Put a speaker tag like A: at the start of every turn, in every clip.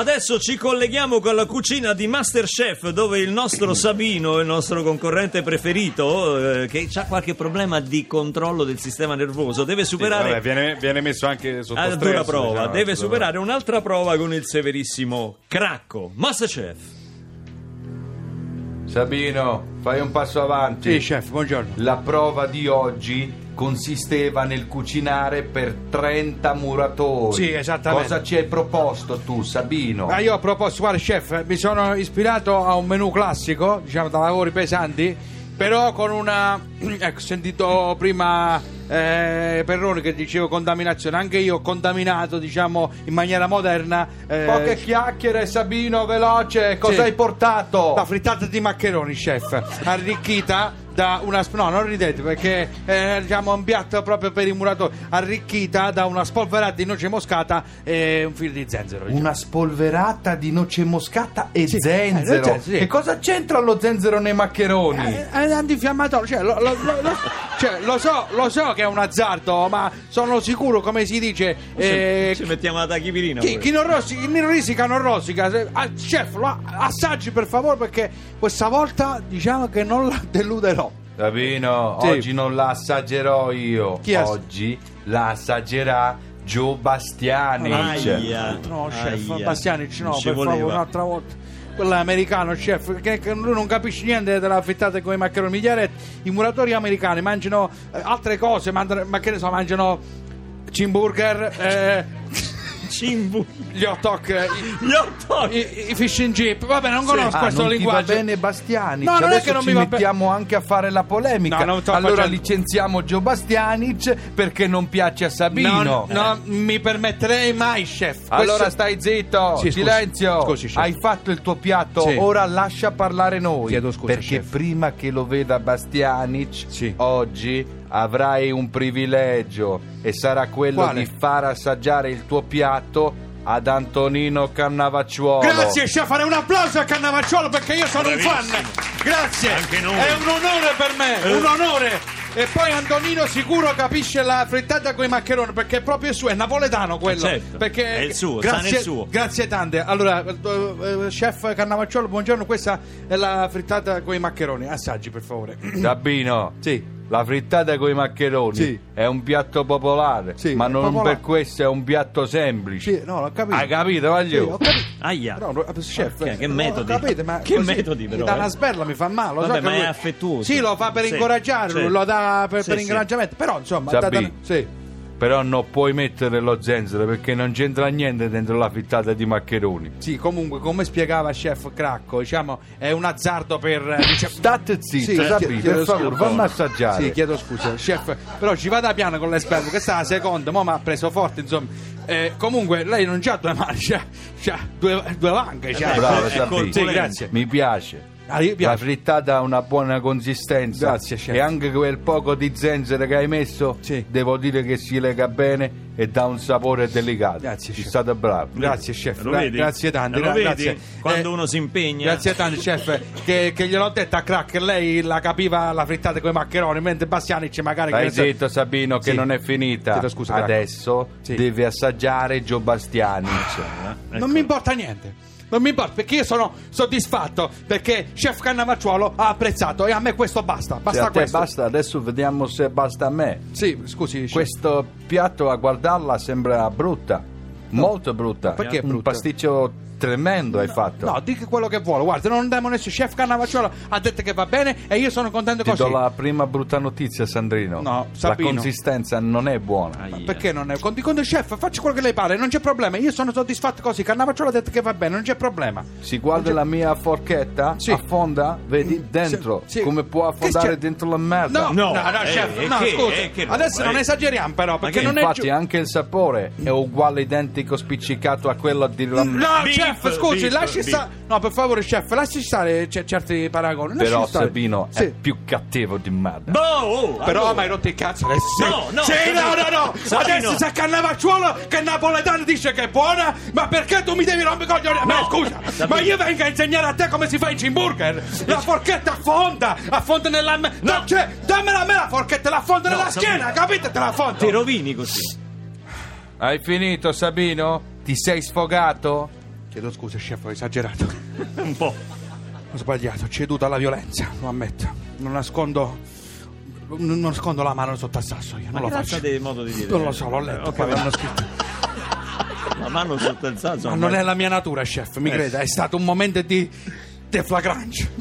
A: Adesso ci colleghiamo con la cucina di Masterchef dove il nostro Sabino, il nostro concorrente preferito, eh, che ha qualche problema di controllo del sistema nervoso, deve superare...
B: Vabbè, viene, viene messo anche sotto
A: a
B: stress,
A: dura prova,
C: esatto.
B: diciamo,
A: deve
B: sotto-
A: superare un'altra prova con il severissimo cracco. Masterchef.
D: Sabino, fai un passo avanti.
C: Sì, chef, buongiorno.
D: La prova di oggi consisteva nel cucinare per 30 muratori.
C: Sì, esattamente.
D: Cosa ci hai proposto tu, Sabino?
C: Ah, io ho proposto, guarda, chef, eh, mi sono ispirato a un menù classico, diciamo da lavori pesanti, però con una. Ecco, ho sentito prima eh, Perroni che dicevo contaminazione, anche io ho contaminato, diciamo, in maniera moderna. eh,
D: Poche chiacchiere, Sabino, veloce. Cosa
C: Sì.
D: hai portato?
C: La frittata di maccheroni, chef, arricchita da una. sp- No, non ridete perché è diciamo, un piatto proprio per i muratori. Arricchita da una spolverata di noce moscata e un filo di zenzero. diciamo.
D: Una spolverata di noce moscata e
C: Sì, eh,
D: zenzero.
C: noce- sì.
D: Che cosa c'entra lo zenzero nei maccheroni?
C: Eh, È antinfiammatorio, cioè, lo, lo- lo- lo- cioè, lo so, lo so che è un azzardo, ma sono sicuro, come si dice, eh,
A: ci mettiamo la tachipirina.
C: chi,
A: pure.
C: chi non rosica, chi non risica non rosica. Se- ah, chef, lo assaggi per favore perché questa volta diciamo che non la deluderò.
D: Sabino,
C: Sì.
D: oggi non la assaggerò io.
C: Chi ass-
D: oggi la assaggerà Gio Bastianic.
A: Aia.
C: No, chef,
A: aia.
C: Bastianic, no,
A: Non ci
C: per favore,
A: voleva.
C: un'altra volta. Quello è americano, chef, che, che lui non capisce niente della frittata con i maccheroni. Migliaretti, i muratori americani mangiano eh, altre cose, mandano- ma che ne so, mangiano cimburger, eh,
A: Cimbu.
C: gli hot dog, eh,
A: Gli hot dog.
C: i, i- i fish and chip. Vabbè, non conosco
D: Ah,
C: questo
D: non
C: linguaggio.
D: ti va bene Bastianic
C: No, non è
D: adesso
C: che non
D: ci
C: mi va be-
D: mettiamo anche a fare la polemica
C: No, non sto
D: allora
C: facendo-
D: licenziamo Gio Bastianic perché non piace a Sabino Eh.
C: No, no, mi permetterei mai, chef.
D: allora
C: Questo-
D: stai zitto
C: Sì, scusi.
D: silenzio
C: Scusi, chef.
D: hai fatto il tuo piatto
C: Sì.
D: ora lascia parlare noi
C: Chiedo scusa,
D: perché
C: chef.
D: prima che lo veda Bastianic
C: Sì.
D: oggi avrai un privilegio e sarà quello
C: Quale?
D: di far assaggiare il tuo piatto ad Antonino Cannavacciuolo
C: Grazie, chef, farei un applauso a Cannavacciolo perché io sono un fan. Grazie.
A: Anche noi. Eh.
C: È un onore per me, un onore. E poi Antonino sicuro capisce la frittata con i maccheroni perché è proprio suo, è napoletano quello.
A: Certo,
C: Perché
A: è il suo,
C: grazie,
A: sa nel suo.
C: Grazie tante. Allora, eh, eh, chef Cannavacciolo, buongiorno, questa è la frittata con i maccheroni. Assaggi, per favore.
D: Sabino,
C: Sì.
D: la frittata con i maccheroni
C: Sì.
D: è un piatto popolare,
C: Sì,
D: ma
C: è
D: non
C: popolare.
D: per questo è un piatto semplice.
C: Sì, no, l'ho capito.
D: Hai capito,
C: Sì,
D: Vaglio?
C: ho capito.
A: Aia.
C: Però, eh, chef,
A: Ah. Che- che
C: eh,
A: metodi.
C: non capite, ma
A: Che
C: così
A: metodi, però,
C: Mi dà
A: eh.
C: una sberla, mi fa male. Lo
A: Vabbè,
C: so che
A: ma è
C: lui-
A: affettuoso.
C: Sì, lo fa per
A: Sì,
C: incoraggiare,
A: sì.
C: lo dà per,
A: Sì,
C: per
A: sì.
C: incoraggiamento. Però, insomma,
D: Sabì.
C: data- sì.
D: Però non puoi mettere lo zenzero perché non c'entra niente dentro la frittata di maccheroni.
C: Sì, comunque, come spiegava chef Cracco, diciamo, è un azzardo per. eh, Diciamo,
D: State zitto,
C: Sì,
D: Sabì,
C: chiedo
D: per
C: scusa.
D: favore, fammi assaggiare.
C: Sì, chiedo scusa, chef. Però ci vada piano con l'esperto. Questa è la seconda, mo' mi ha preso forte, insomma. Eh, comunque, lei non c'ha due mani, c'ha, c'ha due, due vanche. c'ha-
A: beh,
D: Bravo,
A: è
D: Sabì.
C: Sì, grazie.
D: Mi piace.
C: Ah, io
D: La
C: piace.
D: frittata ha una buona consistenza
C: Grazie, chef.
D: e anche quel poco di zenzero che hai messo,
C: Sì.
D: devo dire che si lega bene e dà un sapore delicato.
C: Grazie,
D: Sei
C: chef.
D: stato bravo.
C: Grazie chef,
A: Lo
C: Gra-
A: vedi?
C: grazie tanto.
A: Lo
C: gra-
A: vedi?
C: grazie.
A: Quando
C: Eh,
A: uno si impegna.
C: Grazie tanto chef, che, che gliel'ho detto a crack, che lei la capiva la frittata con i maccheroni, mentre Bastianic magari...
D: Hai
C: che ne so-
D: detto Sabino che
C: Sì.
D: non è finita.
C: Chiedo scusa, Cracco.
D: Adesso
C: Sì. Cioè, eh?
D: deve assaggiare Gio Cioè, Bastianic.
A: eh, ecco.
C: Non mi importa niente. Non mi importa perché io sono soddisfatto perché chef Cannavacciuolo ha apprezzato e a me questo basta.
D: Se
C: Basta
D: a te
C: questo.
D: basta, adesso vediamo se basta a me.
C: Sì, scusi. chef.
D: Questo piatto a guardarla sembra brutta, molto brutta.
C: Perché è
D: Un
C: brutta?
D: pasticcio tremendo hai fatto.
C: No, dica quello che vuole. Guarda, non andiamo nessuno. Chef Cannavacciuolo ha detto che va bene e io sono contento
D: Ti
C: così.
D: do la prima brutta notizia, Sandrino.
C: No,
D: la
C: Sabino.
D: consistenza non è buona.
A: Aia.
C: Perché non è? Conti conto chef, faccia quello che lei pare, non c'è problema. Io sono soddisfatto così. Cannavacciolo ha detto che va bene, non c'è problema.
D: Si guarda la mia
C: Cioè-
D: forchetta,
C: Sì.
D: affonda, vedi, dentro,
C: Sì.
D: come può
C: Che c'è?
D: affondare dentro la merda.
C: No,
A: No,
C: no, no,
A: eh,
C: chef,
A: eh,
C: no,
A: che-
C: scusa.
A: eh, che roba,
C: Adesso non
A: eh.
C: esagariamo però, perché
A: che eh,
C: non è
D: Infatti
C: giù.
D: anche il sapore è uguale identico spiccicato a quello di la
C: Mm, No,
A: Beef,
C: chef, scusi,
A: beef,
C: lasci
A: beef.
C: stare. No, per favore, chef, lasci stare c- certi paragoni. lasci
D: Però
C: stare.
D: Sabino
A: eh,
C: Sì.
D: è più cattivo di merda.
A: Boh, oh,
C: Però
A: allora.
C: mi hai rotto il cazzo adesso. Sì.
A: No, no,
C: sì, no, no, no.
A: Sabino.
C: Adesso sa Cannavacciuolo che Napoletano dice che è buona, ma perché tu mi devi rompere i coglioni? Ma scusa, ma io vengo a insegnare a te come si fa il cimburger. La forchetta affonda, affonda nella me-
A: No.
C: No, cioè, dammela a me la forchetta, la affondo nella
A: Sabino.
C: schiena, capite? Te la affondo.
A: Ti rovini così.
D: Hai finito, Sabino? Ti sei sfogato?
C: Chiedo scusa, chef, ho esagerato.
A: Un po'.
C: Ho sbagliato, ho ceduto alla violenza, lo ammetto. Non nascondo. Non nascondo la mano sotto al sasso, io non lo
A: Ma
C: faccio.
A: facciate modo di dire.
C: Non lo so, l'ho letto,
A: Ho
C: poi
A: capito.
C: l'hanno scritto.
A: La mano sotto il sasso.
C: Ma non è la mia natura, chef, mi creda, è stato un momento di deflagrante.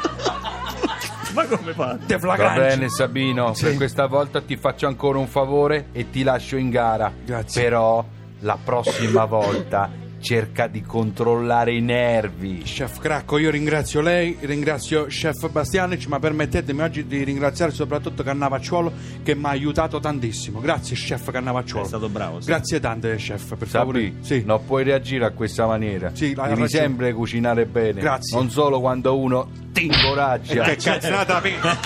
A: Sì? Ma come fa?
D: Va
C: Deflagrante.
D: bene Sabino, per questa volta ti faccio ancora un favore e ti lascio in gara.
C: Grazie.
D: Però la prossima volta cerca di controllare i nervi.
C: Chef Cracco, io ringrazio lei, ringrazio Chef Bastianic, ma permettetemi oggi di ringraziare soprattutto Cannavacciuolo che mi ha aiutato tantissimo. Grazie Chef Cannavacciuolo.
A: È stato bravo, sì.
C: Grazie tante Chef, per favore.
D: Sapi,
C: Sì.
D: non puoi reagire a questa maniera.
C: Sì, la- la
D: Devi
C: faccio-
D: sempre cucinare bene.
C: Grazie. Eh,
D: Non solo quando uno ti incoraggia.
C: Che cazzata!